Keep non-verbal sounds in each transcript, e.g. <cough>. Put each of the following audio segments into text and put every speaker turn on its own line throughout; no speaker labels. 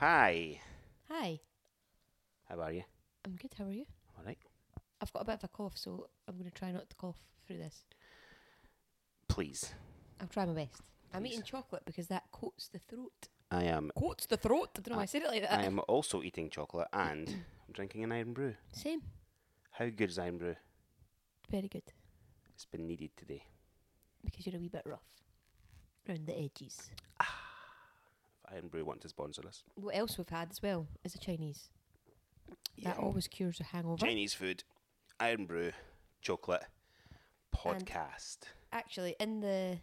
Hi.
Hi,
How are you?
I'm good. How are you?
All right.
I've got a bit of a cough, so I'm going to try not to cough through this.
Please.
I'll try my best. I'm
Please.
eating chocolate because that coats the throat.
I am.
Coats the throat? I don't know why I said it like that.
I am also eating chocolate and I'm drinking an iron brew.
Same.
How good is iron brew?
Very good.
It's been needed today.
Because you're a wee bit rough around the edges.
If iron brew want to sponsor us,
What else we've had as well is a Chinese. That
Yum.
always cures a hangover.
Chinese food, iron brew, chocolate, podcast.
Actually, in the.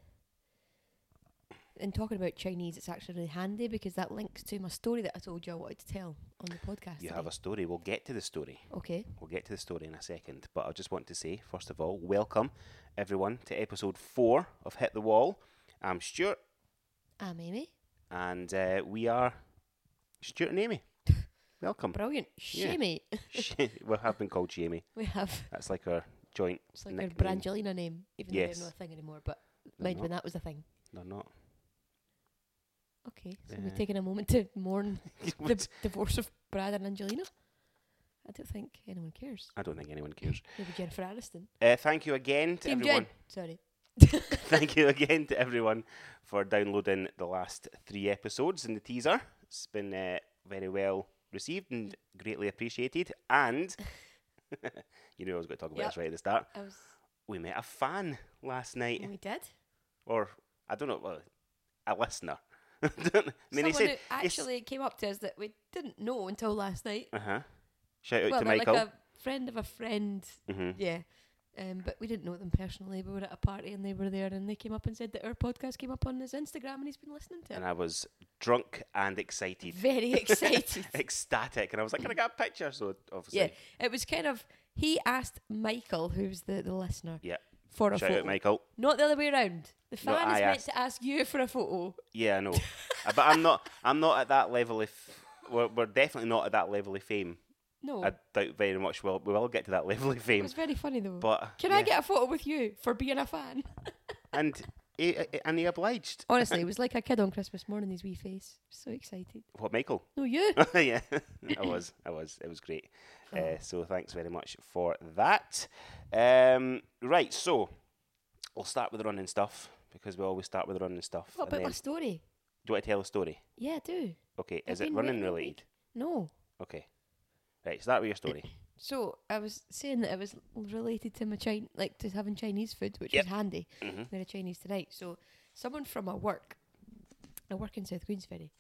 In talking about Chinese, it's actually really handy because that links to my story that I told you I wanted to tell on the podcast.
You have a
today.
story. We'll get to the story.
Okay.
We'll get to the story in a second, but I just want to say, first of all, welcome everyone to episode four of Hit the Wall. I'm Stuart,
I'm Amy.
and uh, we are Stuart and
<laughs>
Amy. Welcome.
Brilliant.
Yeah.
Shimmy.
<laughs> we have been called Jamie.
<laughs> We have.
That's like our joint.
It's like their
nickname.
Brangelina name, even though
Yes.
they're not a thing anymore. But
They're
mind when that was a thing.
They're not.
Okay, so we're
Yeah.
taking a moment to
<laughs>
mourn <laughs> the
What?
divorce of Brad and Angelina. I don't think anyone cares.
I don't think anyone cares.
Maybe Jennifer Aniston.
Uh, thank you again to
Team
everyone.
<laughs> Jen. Sorry.
thank you again to everyone for downloading the last three episodes in the teaser. It's been uh, very well received and greatly appreciated. And <laughs> you knew I was going to talk about
Yep.
this right at the start.
I was.
We met a fan last night,
We did.
or I don't know, well, a listener. <laughs> I mean, he
Someone
said,
who actually came up to us that we didn't know until last night.
uh huh. Shout out
well,
to
they're like
Michael.
a friend of a friend.
hmm
Yeah. Um, but we didn't know them personally. We were at a party and they were there, and they came up and said that our podcast came up on his Instagram, and he's been listening to it.
and I was drunk and
<laughs>
excited, <laughs>
Very excited.
ecstatic, and I was like, "Can I get a picture?" So obviously,
Yeah, it was kind of he asked Michael, who's the, the listener,
Yeah.
for a
shout
photo.
out Michael.
Not the other way around. The fan
No,
is
I
meant
asked-
to ask you for a photo.
Yeah, I know, Uh, but I'm not. I'm not at that level. If we're, we're definitely not at that level of fame,
No,
I doubt very much. We'll we will get to that level of
it
fame,
was very funny though.
but
Can I
yeah.
get a photo with you for being
<laughs>
a fan?
And he, and he obliged.
Honestly, it was like a kid on Christmas morning. His wee face, so excited.
What Michael? <laughs>
No, you.
yeah, I was. I was. It was great.
Oh.
Uh, so thanks very much for that. Um, right, so we'll start with the running stuff because we always start with the running stuff.
What
and
about
then-
my story?
do I tell a story?
Yeah, I do.
Okay, is
I've
it
been
running
waiting all
related?
No.
Okay, right. Start with your
<coughs>
story.
So I was saying that it was related to my Chin- like to having Chinese food, which
Yep.
was handy.
hmm
We had a Chinese tonight. So someone from my work, I work in South Queensferry.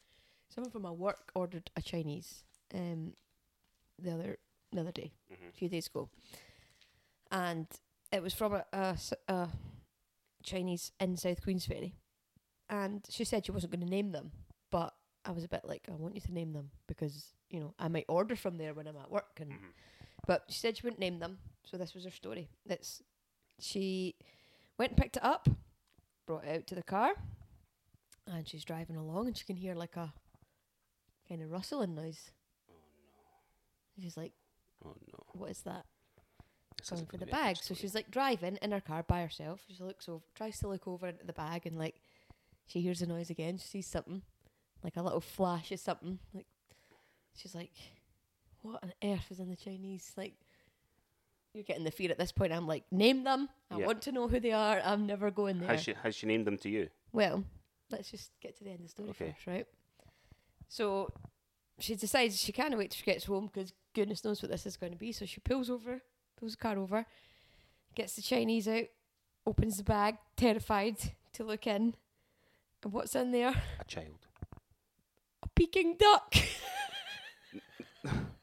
Someone from my work ordered a Chinese um, the other the other day,
mm-hmm,
a few days ago, and it was from a, a s- a Chinese in South Queensferry, and she said she wasn't going to name them, but I was a bit like, I want you to name them because you know I might order from there when I'm at work, and
Mhm.
but she said she wouldn't name them, so this was her story. That's she went and picked it up, brought it out to the car, and she's driving along and she can hear like a kind of rustling noise. And She's like,
Oh no,
what is that?
this
Going
isn't
for
gonna
the
be a good
bag. So
story.
she's like driving in her car by herself. She looks over, tries to look over into the bag, and like she hears the noise again. She sees something, like a little flash of something. Like she's like, "What on earth is in the Chinese?" Like you're getting the fear at this point. I'm like, "Name them. I
Yeah.
want to know who they are. I'm never going there."
Has she has she named them to you?
Well, let's just get to the end of the story
Okay.
first, right? So she decides she can't wait till she gets home because goodness knows what this is going to be. So she pulls over, pulls the car over, gets the Chinese out, opens the bag, terrified to look in. And what's in there?
A child.
A Peking duck. <laughs>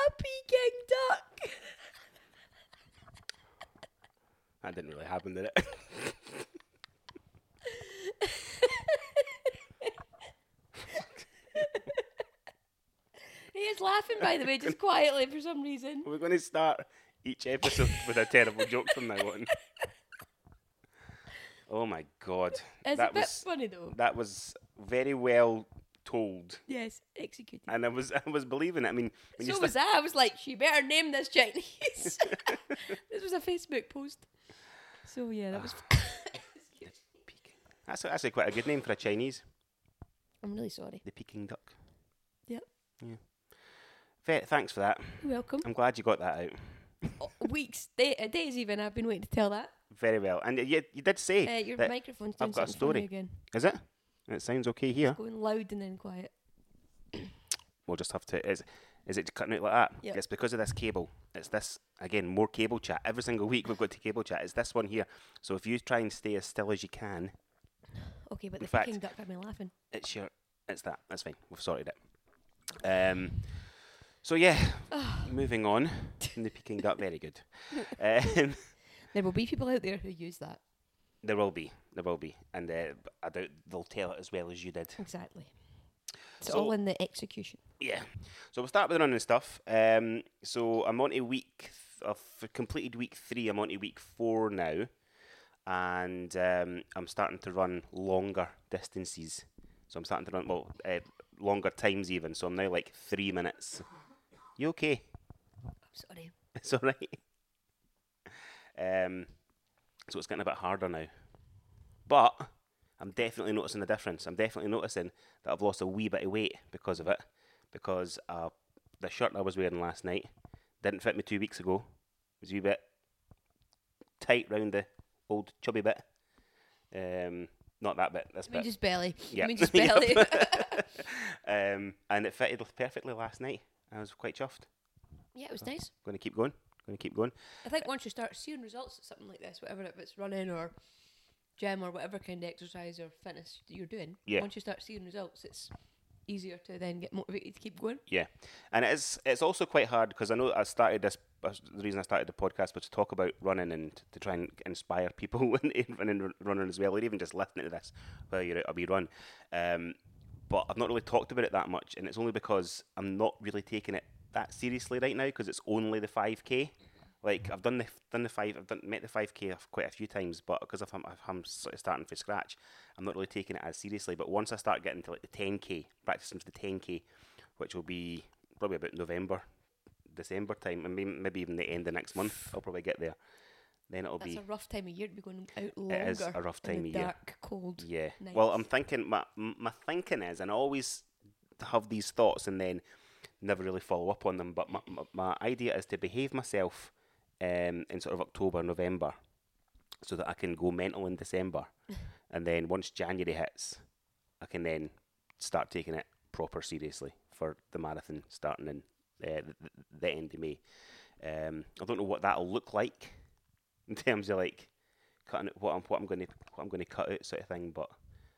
a Peking duck. <laughs>
That didn't really happen, did it? <laughs>
He is laughing, by the way, just quietly for some reason.
We're going to start each episode with a terrible joke from now
<laughs>
on. Oh my god,
It's
that
a bit
was
funny though.
that was very well told,
Yes, executed.
and I was <laughs> I was believing it. I mean, when you
so
start-
was I. I was like, she better name this Chinese. <laughs> this was a Facebook post. So yeah, that was.
Ah. that's actually quite a good name for a Chinese,
I'm really sorry.
the Peking duck.
Yep.
Yeah. Fair, thanks for that.
You're welcome.
I'm glad you got that out.
Oh, weeks, day, uh, days even. I've been waiting to tell that.
Very well, and you, you did
Uh,
say
your
that-
microphone's
I've
doing
got a
something funny
story.
again.
is it? It sounds okay here.
Going loud and then quiet.
We'll just have to. Is is it cutting out like that?
Yep.
It's because of this cable. It's this again. More cable chat every single week. We've got to cable chat. It's this one here. So if you try and stay as still as you can,
Okay, but
In
the
fact-
fucking duck got me laughing.
it's your it's that that's fine we've sorted it um so yeah moving on from the peking duck very good um, <laughs>
There will be people out there who use that.
there will be there will be and uh, i doubt they'll tell it as well as you did
Exactly. It's
So-
all in the execution.
yeah so we'll start with the running stuff um so i'm on to week th- i've completed week three i'm on to week four now and um i'm starting to run longer distances so i'm starting to run well uh, longer times even so i'm now like three minutes you okay
I'm sorry.
<laughs> It's all right. Um, so it's getting a bit harder now. But I'm definitely noticing a difference. I'm definitely noticing that I've lost a wee bit of weight because of it. Because uh, the shirt I was wearing last night didn't fit me two weeks ago. It was a wee bit tight round the old chubby bit. Um, not that bit, this
I mean
bit.
just belly.
Yep. <laughs>
I mean just
Yep.
belly.
<laughs>
<laughs>
um, and it fitted perfectly last night. I was quite chuffed.
yeah, it was nice.
Going to keep going. Going to keep going.
I think once you start seeing results at something like this, whatever if it's running or gym or whatever kind of exercise or fitness you're doing,
Yeah.
once you start seeing results, it's easier to then get motivated to keep going.
Yeah, and it's it's also quite hard because I know I started this. that's The reason I started the podcast was to talk about running and to try and inspire people <laughs> and running, running as well, or even just listening to this while you're out a wee run. Um, but I've not really talked about it that much, and it's only because I'm not really taking it that seriously right now because it's only the five k. Like I've done the done the five, I've done met the five k quite a few times, but because I'm if I'm sort of starting from scratch, I'm not really taking it as seriously. But once I start getting to like the ten k, practicing for the ten k, which will be probably about November, December time, and maybe, maybe even the end of next month, I'll probably get there. Then it'll
That's
be
a rough time of year to be going out longer.
It is a rough time
in the
of year. Mm,
Dark, cold.
Yeah. Well, I'm
nights.
thinking my m- my thinking is, and I always have these thoughts and then never really follow up on them. But my my, my idea is to behave myself um, in sort of October, November, so that I can go mental in December, and then once January hits, I can then start taking it proper seriously for the marathon starting in uh, the, the end of May. Um, I don't know what that'll look like <laughs> in terms of like cutting it, what I'm what I'm going to what I'm going to cut out sort of thing, but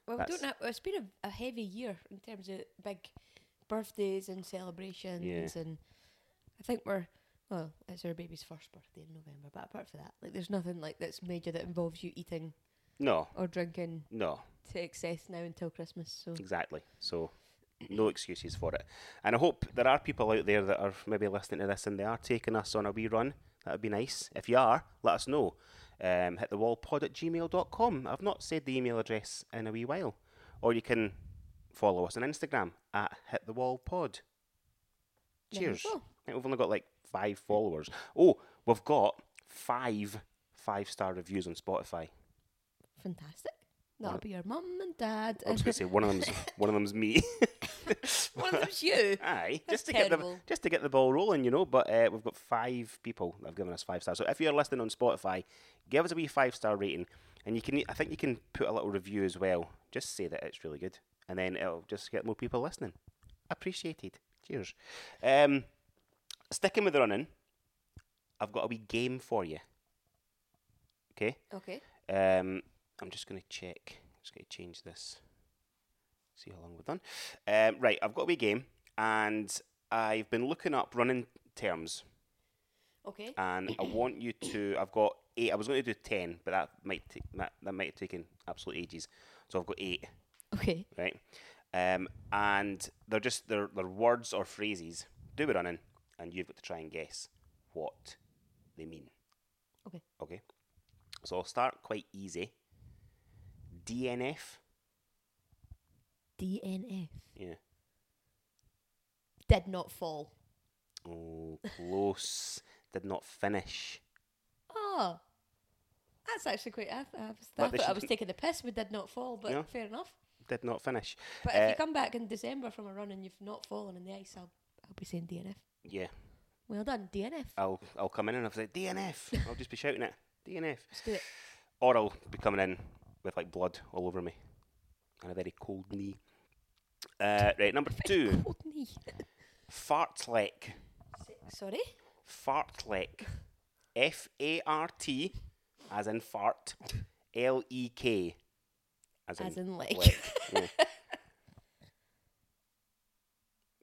Well, we
That's-
don't have, it's been a, a heavy year in terms of big birthdays and celebrations, and I think we're well. It's our baby's first birthday in November, but apart from that, like, there's nothing like that's major that involves you eating
no,
or drinking
no,
to excess now until Christmas. So
exactly. So no excuses for it. And I hope there are people out there that are maybe listening to this and they are taking us on a wee run. That would be nice. If you are, let us know. Um, hit the wallpod at gmail.com. I've not said the email address in a wee while. Or you can follow us on Instagram at hit the wall pod.
there you
Cheers.
go.
I think we've only got like five followers. Oh, we've got five five star reviews on Spotify.
fantastic. That'll be your mum and <laughs> dad,
I was
and
going to say one of them's one of them's me.
one of them's you.
Aye,
That's
just to get the
terrible.
just to get the ball rolling, you know. But uh, we've got five people that have given us five stars. So if you're listening on Spotify, give us a wee five star rating, and you can I think you can put a little review as well. Just say that it's really good, and then it'll just get more people listening. Appreciated. Cheers. Um, sticking with the running, I've got a wee game for you. Okay.
Okay,
Um, I'm just going to check. Just going to change this. See how long we've done. Um, right, I've got a wee game, and I've been looking up running terms,
okay.
and I want you to. I've got eight. I was going to do ten, but that might ta- that, that might have taken absolute ages. So I've got eight,
Okay,
right? Um, and they're just they're, they're words or phrases. Do we running, and you've got to try and guess what they mean.
okay.
Okay. So I'll start quite easy. DNF.
DNF.
Yeah.
Did not fall.
Oh, close. <laughs> Did not finish.
Oh, that's actually quite. I, th- I, was,
But
I
they
thought I
should
was
be-
taking the piss. We did not fall, but
No.
fair enough.
Did not finish.
But if
Uh,
you come back in December from a run and you've not fallen in the ice, I'll I'll be saying DNF.
Yeah.
Well done, DNF.
I'll I'll come in and I'll say DNF. I'll just be shouting it. DNF.
Let's do it.
Or I'll be coming in with like blood all over me and a very cold knee. Uh, right, number two.
Cold knee.
Fartlek.
Sorry.
Fartlek. F A R T as in fart. L E K as,
As in leg.
leg. Yeah.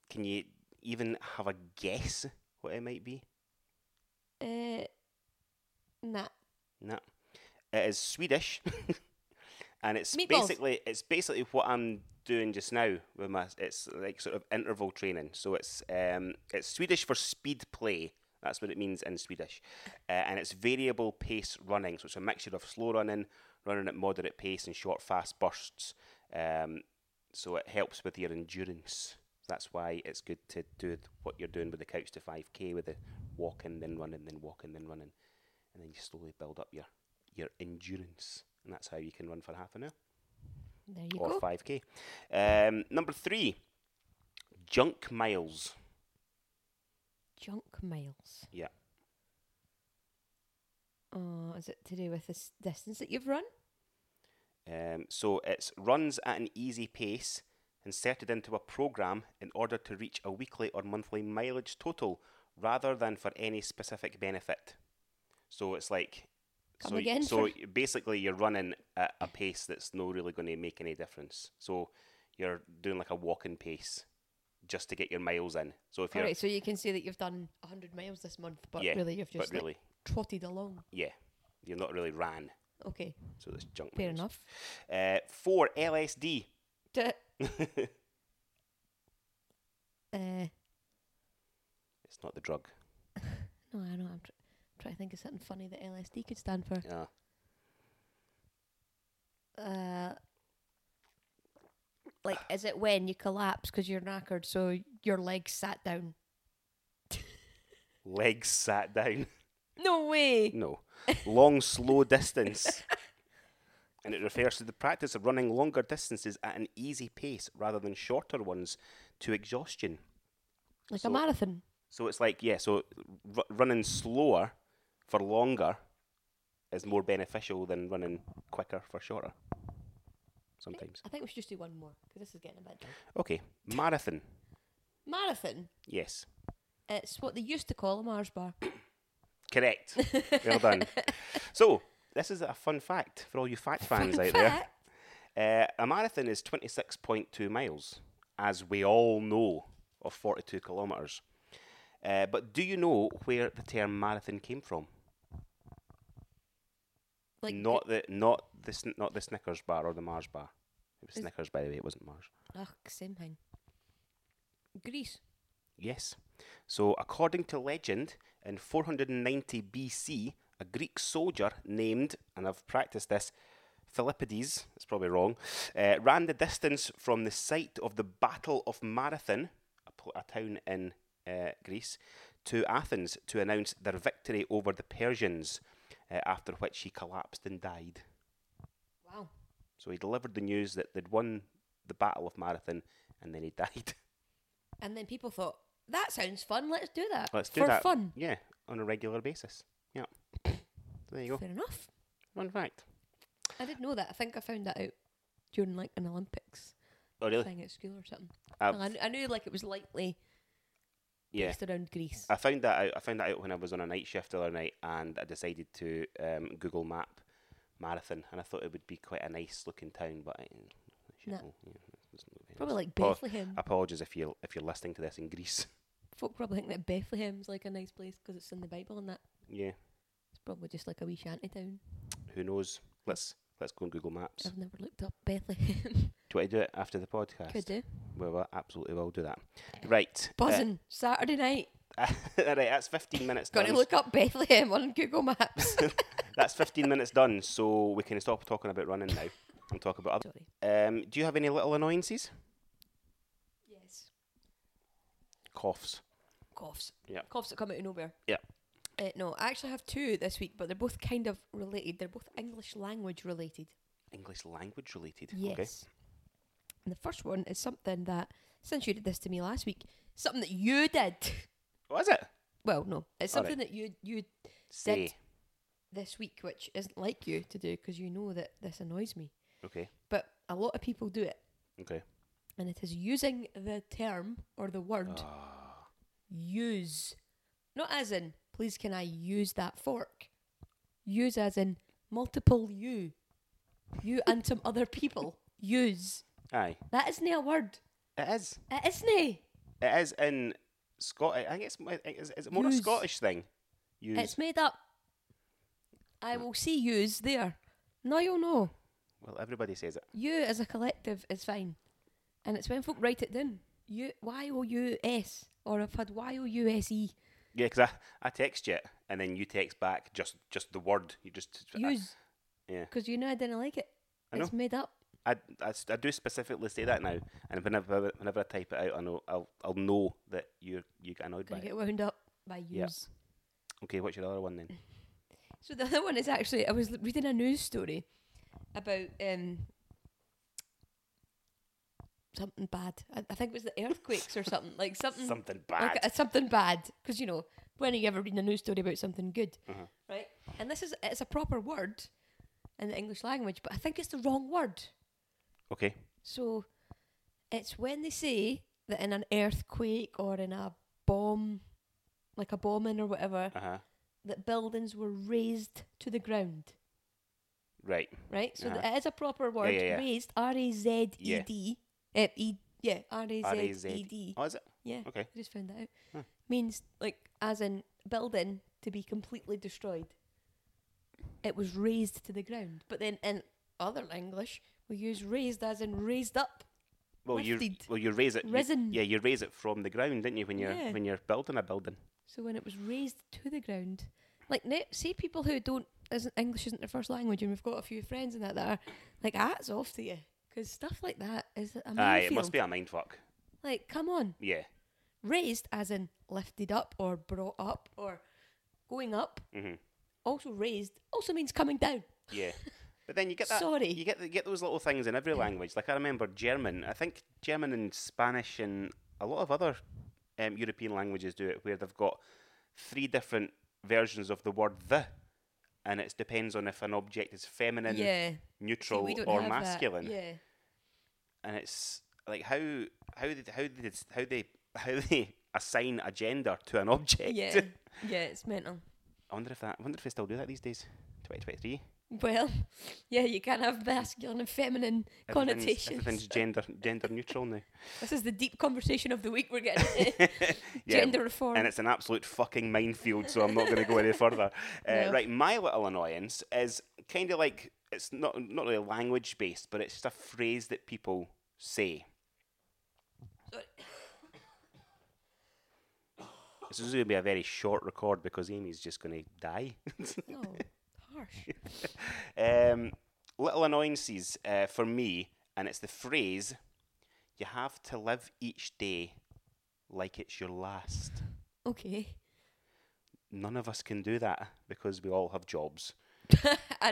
Can you even have a guess what it might be?
Uh, nah.
No. It is Swedish. <laughs> and it's
Meatballs.
basically it's basically what I'm doing just now with my it's like sort of interval training. So it's um it's Swedish for speed play. That's what it means in Swedish. Uh, and it's variable pace running. So it's a mixture of slow running, running at moderate pace and short fast bursts. Um so it helps with your endurance. That's why it's good to do th- what you're doing with the couch to 5k with the walking, then running, then walking, then running and then you slowly build up your your endurance, and that's how you can run for half an hour
There you
or
go.
five k. Um, number three, junk miles.
Junk miles.
Yeah.
Oh, is it to do with this distance that you've run?
Um, so it's runs at an easy pace inserted into a program in order to reach a weekly or monthly mileage total, rather than for any specific benefit. So it's like.
Come
so, y-
again
so
for-
y- basically, you're running at a pace that's not really going to make any difference. So you're doing like a walking pace just to get your miles in. So if
All
you're
right, so you can say that you've done 100 miles this month, but
Yeah,
really you've
but
just like,
really,
trotted along.
yeah, you're not really ran.
Okay,
So that's junk.
fair
miles.
enough.
Uh, four LSD. <laughs>
D- uh,
It's not the drug.
no, I know. I'm tr- trying to think of something funny that LSD could stand for.
Yeah.
Uh, like, is it when you collapse because you're knackered, so your legs sat down?
legs sat down. <laughs>
No way.
No. Long, slow
<laughs>
distance. And it refers to the practice of running longer distances at an easy pace rather than shorter ones to exhaustion.
Like
So-
a marathon.
So it's like, yeah, so r- running slower for longer is more beneficial than running quicker for shorter. Sometimes.
I think we should just do one more because this is getting a bit. dull.
Okay, marathon.
Marathon.
Yes.
It's what they used to call a Mars
<coughs>
bar. <laughs>
Correct. well done. So, this is a fun fact for all you fact fans
Fun
out there.
fact,
Uh, a marathon is 26.2 miles, as we all know, of 42 kilometres. Uh, but do you know where the term marathon came from?
Like
not the not the sn- not the Snickers bar or the Mars bar. It was
Is-
Snickers, by the way. It wasn't Mars.
Ugh, same thing. Greece.
Yes. So, according to legend, in 490 BC, a Greek soldier named, and I've practiced this, Philippides, it's probably wrong, uh, ran the distance from the site of the Battle of Marathon, a, pl- a town in uh, Greece, to Athens to announce their victory over the Persians, uh, after which he collapsed and died.
Wow.
So, he delivered the news that they'd won the Battle of Marathon and then he <laughs> died.
And then people thought, that sounds fun, let's do that.
Let's do
for
that.
fun.
Yeah, on a regular basis.
<coughs>
Yeah. There you go.
Fair enough.
Fun fact.
I didn't know that. I think I found that out during like an Olympics
Oh, really?
thing at school or something.
Uh,
Well, I, kn- I knew like it was likely
Yeah. Ah.
based around Greece.
I found that out. I found that out when I was on a night shift the other night, and I decided to um, Google Map Marathon, and I thought it would be quite a nice looking town, but I, shit,
No.
well, yeah, it doesn't look very
Probably
nice.
like
Apo-
Bethlehem.
Apologies if you're if you're listening to this in Greece. <laughs>
Folk probably think that Bethlehem's like a nice place because it's in the Bible and that.
Yeah,
It's probably just like a wee shanty town.
who knows? Let's let's go on Google Maps.
I've never looked up Bethlehem.
Do
<laughs>
you want to do it after the podcast?
Could do.
Well, we'll absolutely will do that. Right. <laughs> uh,
Buzzing. Saturday night.
all right, that's 15 minutes.
Got to
done.
look up Bethlehem on Google Maps.
That's 15 minutes done, so we can stop talking about running now and talk about
Sorry.
other. Um, do you have any little annoyances? coughs.
coughs.
Yeah.
Coughs that come out of nowhere.
Yeah.
Uh, no, I actually have two this week, but they're both kind of related. They're both English language related.
English language related. Okay.
Yes. And the first one is something that, since you did this to me last week, something that you did. <laughs>
Was Oh, it? Eh,
Well, no, it's
All right.
something that you you
Say.
this week, which isn't like you to do because you know that this annoys me.
Okay.
But a lot of people do it,
Okay.
and it is using the term or the word
Ah.
use, not as in please can I use that fork, use as in multiple you, you and some <laughs> other people use.
aye.
That isn't a word.
It is.
It isn't.
It is in Scottish. I think it's mo- is, is it more
Use.
a Scottish thing? Use.
It's made up. I will see yous there. No, you'll know.
well, everybody says it.
You as a collective is fine. And it's when folk write it down. You Y O U S or I've had Y O U S E.
Yeah, because I, I text you and then you text back just just the word. You just I-
Use.
uh, yeah.
Because you know I didn't like it.
I
It's made up.
I, I, s- I do specifically say that now, and whenever whenever I type it out, I know I'll I'll know that you you get annoyed by
Gonna
it.
get wound up by use.
Yeah. Okay, what's your other one then?
So the other one is actually I was l- reading a news story about um something bad. I, I think it was the earthquakes or something like something
Something
Like,
bad.
uh, something bad. Because, you know, when are you ever reading a news story about something good?
Mhm.
Right? And this is, it's a proper word in the English language, but I think it's the wrong word.
Okay.
So it's when they say that in an earthquake or in a bomb, like a bombing or whatever,
Uh huh.
that buildings were raised to the ground.
Right.
Right? So
Uh-huh.
that it is a proper word.
yeah, yeah.
Raised, R A Z E
Yeah.
D. eh, E- Yeah, R A Z E
R-A-Z-E.
D.
Oh, is it?
Yeah.
Okay.
I just found that out.
Huh.
Means like as in building to be completely destroyed. It was raised to the ground. But then in other English we use raised as in raised up.
Well, you
Lifted.
well you raise it. you-
Risen.
yeah, you raise it from the ground, didn't you? When you're
Yeah.
when you're building a building.
So when it was raised to the ground. Like now, see people who don't isn't English isn't their first language and we've got a few friends and that that are like that's off to you. Because stuff like that is a minefield.
Aye, it must be a mind fuck.
Like, come on.
Yeah.
Raised as in lifted up or brought up or going up.
hmm
Also raised also means coming down. <laughs>
Yeah. But then you get that.
Sorry.
You get you get those little things in every language. Like I remember German. I think German and Spanish and a lot of other um, European languages do it, where they've got three different versions of the word the, and it depends on if an object is feminine,
yeah. See,
neutral,
we don't
or
have that.
masculine.
Yeah.
and it's like how how did how did how they <laughs> how they assign a gender to an object. <laughs>
Yeah. yeah, it's mental.
I wonder if that I wonder if they still do that these days. Twenty twenty three.
Well, <laughs> yeah, you can have masculine and feminine connotations.
Everything's gender gender neutral
<laughs>
now.
This is the deep conversation of the week we're getting. into.
<laughs> Yeah,
Gender reform.
And it's an absolute fucking minefield, so I'm not going to go any further. Uh,
<laughs> No.
Right, my little annoyance is kind of like it's not not really language based, but it's just a phrase that people say.
Sorry.
This is going to be a very short record because Amy's just going to die. <laughs>
oh, harsh.
um, little annoyances uh, for me, and it's the phrase you have to live each day like it's your last.
Okay. <laughs>
None of us can do that because we all have jobs.
I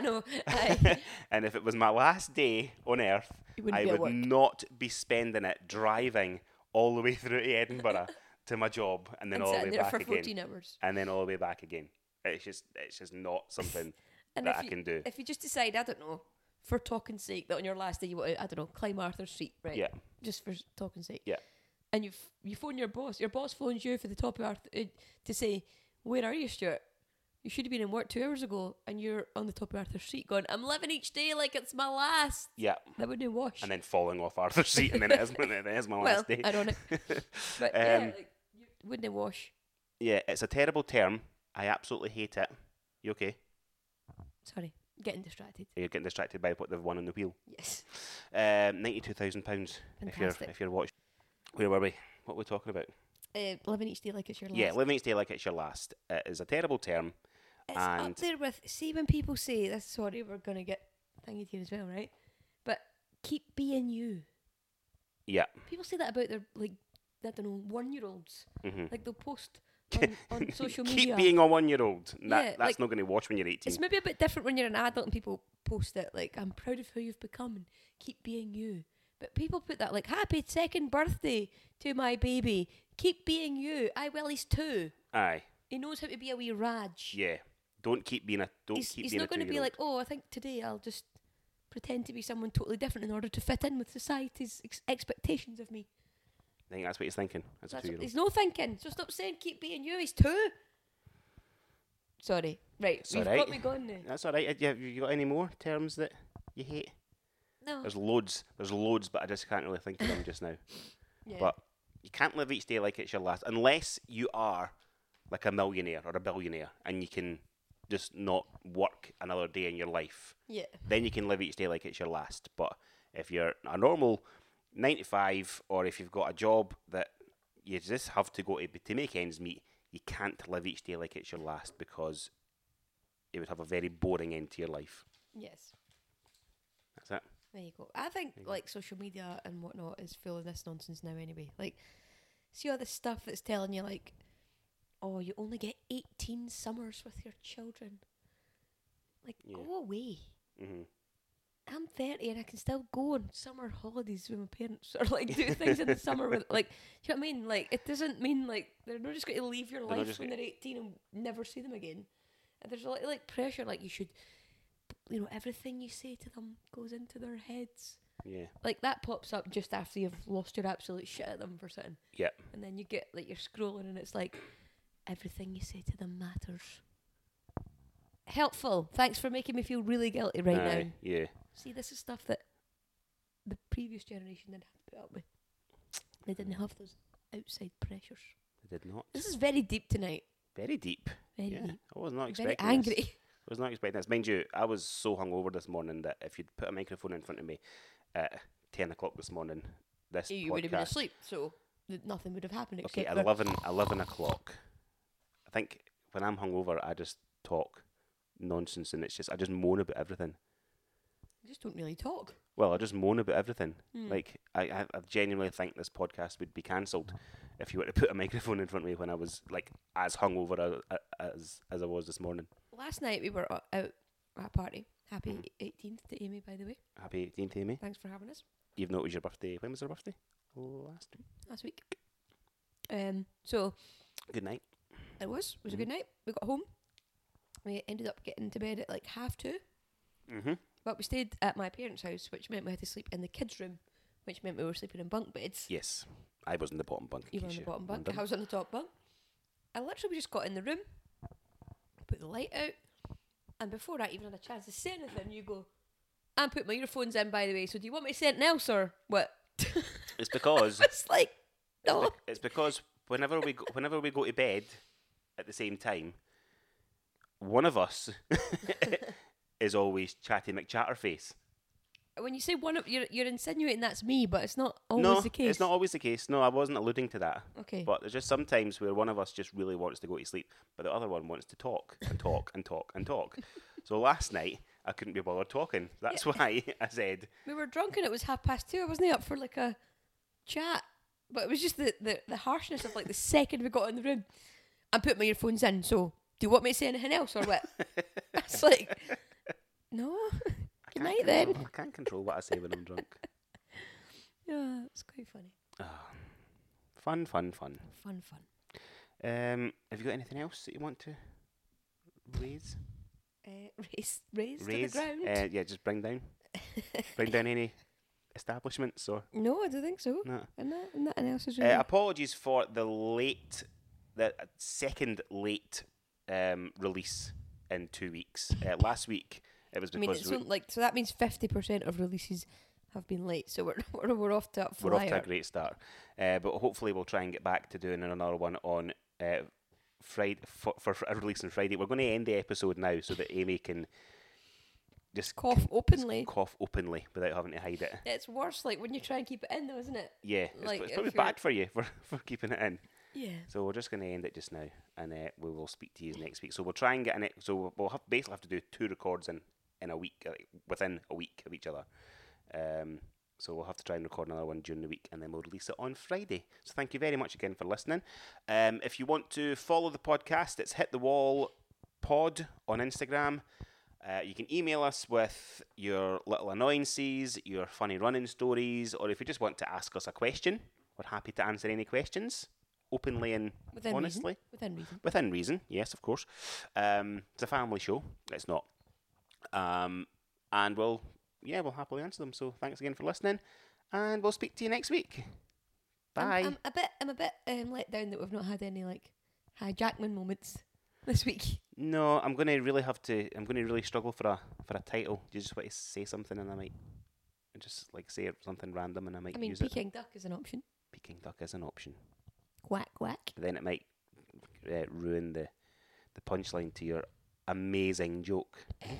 <laughs>
know. I,
and if it was my last day on earth,
You wouldn't
I
be at
would
work.
not be spending it driving all the way <laughs> through to Edinburgh to my job and then
and
all the
sat
way
there
back
for
again.
14 hours.
And then all the way back again. It's just it's just not
<laughs>
something
And
that
if
I
you,
can do.
If you just decide, I don't know, for talking sake, that on your last day you want to, I don't know, climb Arthur's Street, right?
Yeah.
Just for s- talking sake.
Yeah.
And you f- you phone your boss. Your boss phones you for the top of Arthur uh, to say, "Where are you, Stuart? You should have been in work two hours ago, and you're on the top of Arthur's Street, going, "I'm living each day like it's my last."
Yeah.
That wouldn't wash.
And then falling off <laughs> Arthur's seat and then it is, my- it is my
well,
last day.
ironic,
<laughs>
but yeah,
Um,
like, you wouldn't wash.
Yeah, it's a terrible term. I absolutely hate it. You okay?
Sorry, getting distracted.
You're getting distracted by what they've won on the wheel.
Yes,
Um, ninety-two thousand pounds. If you're
Fantastic.
if you're watching, where were we? What were we talking about?
uh, living each day like it's your last.
Yeah, living each day like it's your last uh, is a terrible term.
It's
And-
up there with see when people say this. Sorry, we're gonna get thingy here as well, right? But keep being you.
Yeah,
People say that about their like I don't know, one year olds.
Mhm.
Like
<laughs>
they'll post on, on social
Keep
media.
being a one year old. That,
Yeah,
that's
like-
not going to watch when you're 18.
it's maybe a bit different when you're an adult and people post it like I'm proud of who you've become and keep being you. But people put that like happy second birthday to my baby. Keep being you. I well he's two.
Aye.
He knows how to be a wee Raj.
Yeah. Don't keep being a. Don't
he's
keep
he's
being
not
a
going to be
two-year-old.
like, oh, I think today I'll just pretend to be someone totally different in order to fit in with society's ex- expectations of me.
I think that's what he's thinking as a
That's
two year
what,
old.
he's no thinking. So stop saying keep being you. He's two. Sorry. Right.
It's
we've
alright.
got me
<laughs>
gone now.
That's all right. Uh, you- Have you got any more terms that you hate?
No.
There's loads. There's loads, but I just can't really think of them
<laughs>
just now.
Yeah.
But you can't live each day like it's your last, unless you are like a millionaire or a billionaire, and you can just not work another day in your life.
yeah.
Then you can live each day like it's your last. But if you're a normal nine to five, or if you've got a job that you just have to go to to make ends meet, you can't live each day like it's your last because it would have a very boring end to your life.
Yes.
That's it.
There you go. I think like social media and whatnot is full of this nonsense now anyway. Like see all this stuff that's telling you like oh you only get eighteen summers with your children. Like
Yeah.
go away.
hmm
I'm thirty and I can still go on summer holidays with my parents <laughs> or like do things in the summer with like do you know what I mean? Like it doesn't mean like they're not just gonna leave your
They're not
life
just
when
gonna-
they're eighteen and never see them again. And there's a lot of like pressure like you should you know, everything you say to them goes into their heads
Yeah.
like that pops up just after you've lost your absolute shit at them for something,
Yep.
and then you get like you're scrolling and it's like everything you say to them matters. Helpful. Thanks for making me feel really guilty right now.
Aye, Yeah.
See, this is stuff that the previous generation didn't have to put up with. They didn't have those outside pressures.
They did not.
This is very deep tonight.
Very deep.
Very
yeah.
deep.
I was not
Very
expecting this.
angry.
I was not expecting this. Mind you, I was so hungover this morning that if you'd put a microphone in front of me at 10 o'clock this morning, this
<laughs> You would have been
podcast...
asleep, so th- nothing would have happened
Okay,
except for
11, 11 o'clock. I think when I'm hungover, I just talk nonsense and it's just... I just moan about everything.
you just don't really talk.
Well, I just moan about everything.
Hmm.
Like, I, I, I genuinely think this podcast would be cancelled if you were to <laughs> put a microphone in front of me when I was, like, as hungover as, as, as I was this morning.
Last night we were o- out at a party. Happy
Mhm.
18th to Amy, by the way.
Happy 18th, Amy.
Thanks for having us
Even though it was your birthday. When was your birthday? Last week.
last week. Um, so
Good night.
it was it
Hmm.
was a good night. We got home. We ended up getting to bed at like half two,
Mm-hmm.
but we stayed at my parents' house, which meant we had to sleep in the kids' room, which meant we were sleeping in bunk beds.
Yes. I was in the bottom bunk. in
You were on
case
the bottom bunk.
wondered.
I was on the top bunk. I literally just got in the room, put the light out, and before I even had a chance to say anything, you go, "I'm putting my earphones in, by the way. So do you want me to say anything else or what?" <laughs>
It's because
it's like,
<laughs>
no.
it's because whenever we go, whenever we go to bed at the same time, one of
<laughs>
us is always chatty McChatterface.
When you say one of you're you're insinuating that's me, but it's not always
no,
the case.
it's not always the case. No, I wasn't alluding to that.
Okay.
But there's just sometimes where one of us just really wants to go to sleep, but the other one wants to talk and talk and talk and
<laughs>
talk. so last night I couldn't be bothered talking. That's why I said
we were drunk and it was half past two. I wasn't up for like a chat, but it was just the, the, the harshness of like the second we got in the room. I put my earphones in, so do you want me to say anything else or <laughs> what? it's like, no.
I can't
Good night
control-
then.
I can't control what I say when I'm drunk.
Yeah, it's quite funny.
Ah, fun, fun, fun.
Fun, fun.
Um, have you got anything else that you want to raise?
Uh, raise, raise,
raise?
to the ground.
Uh, yeah, just bring down. bring down any establishments or
<laughs> no, I don't think so.
no.
And that, and that else is really.
Uh, apologies for the late, the uh, second late um, release in two weeks. Uh, last week it was
I mean,
because
it's
we,
on- like so that means fifty percent of releases have been late, so we're <laughs> we're, we're off to a
we're
flyer.
off to a great start. Uh, but hopefully we'll try and get back to doing another one on uh, Friday for, for a release on Friday. We're going to end the episode now so that Amy can just
Cough openly.
cough openly without having to hide it.
It's worse, like when you try and keep it in, though, isn't it?
Yeah, it's,
Like,
it's probably
if you're-
bad for you for, <laughs> for keeping it in.
Yeah.
So we're just going to end it just now, and uh, we will speak to you next week. So we'll try and get an it. So we'll- we'll have, basically have to do two records in in a week, uh, within a week of each other. Um, So we'll have to try and record another one during the week and then we'll release it on Friday. So thank you very much again for listening. Um, if you want to follow the podcast, it's Hit the Wall Pod on Instagram. Uh, you can email us with your little annoyances, your funny running stories, or if you just want to ask us a question, we're happy to answer any questions openly and
Within reason.
honestly.
Within reason.
Within reason, yes, of course. Um, it's a family show. It's not. Um, and we'll, yeah, we'll happily answer them. So thanks again for listening, and we'll speak to you next week.
I'm-
Bye.
I'm, a bit. I'm a bit um, let down that we've not had any like high Jackman moments <laughs> this week.
no, I'm gonna really have to. I'm gonna really struggle for a for a title. Do you just want to say something, and I might just like say something random, and I might
I mean,
use it.
Peking duck is an option.
Peking duck is an option.
Quack quack.
But then it might uh, ruin the the punchline to your amazing joke.
It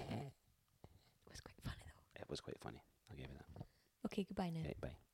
was quite funny though.
It was quite funny. I'll give you that.
Okay, goodbye now.
Okay, bye.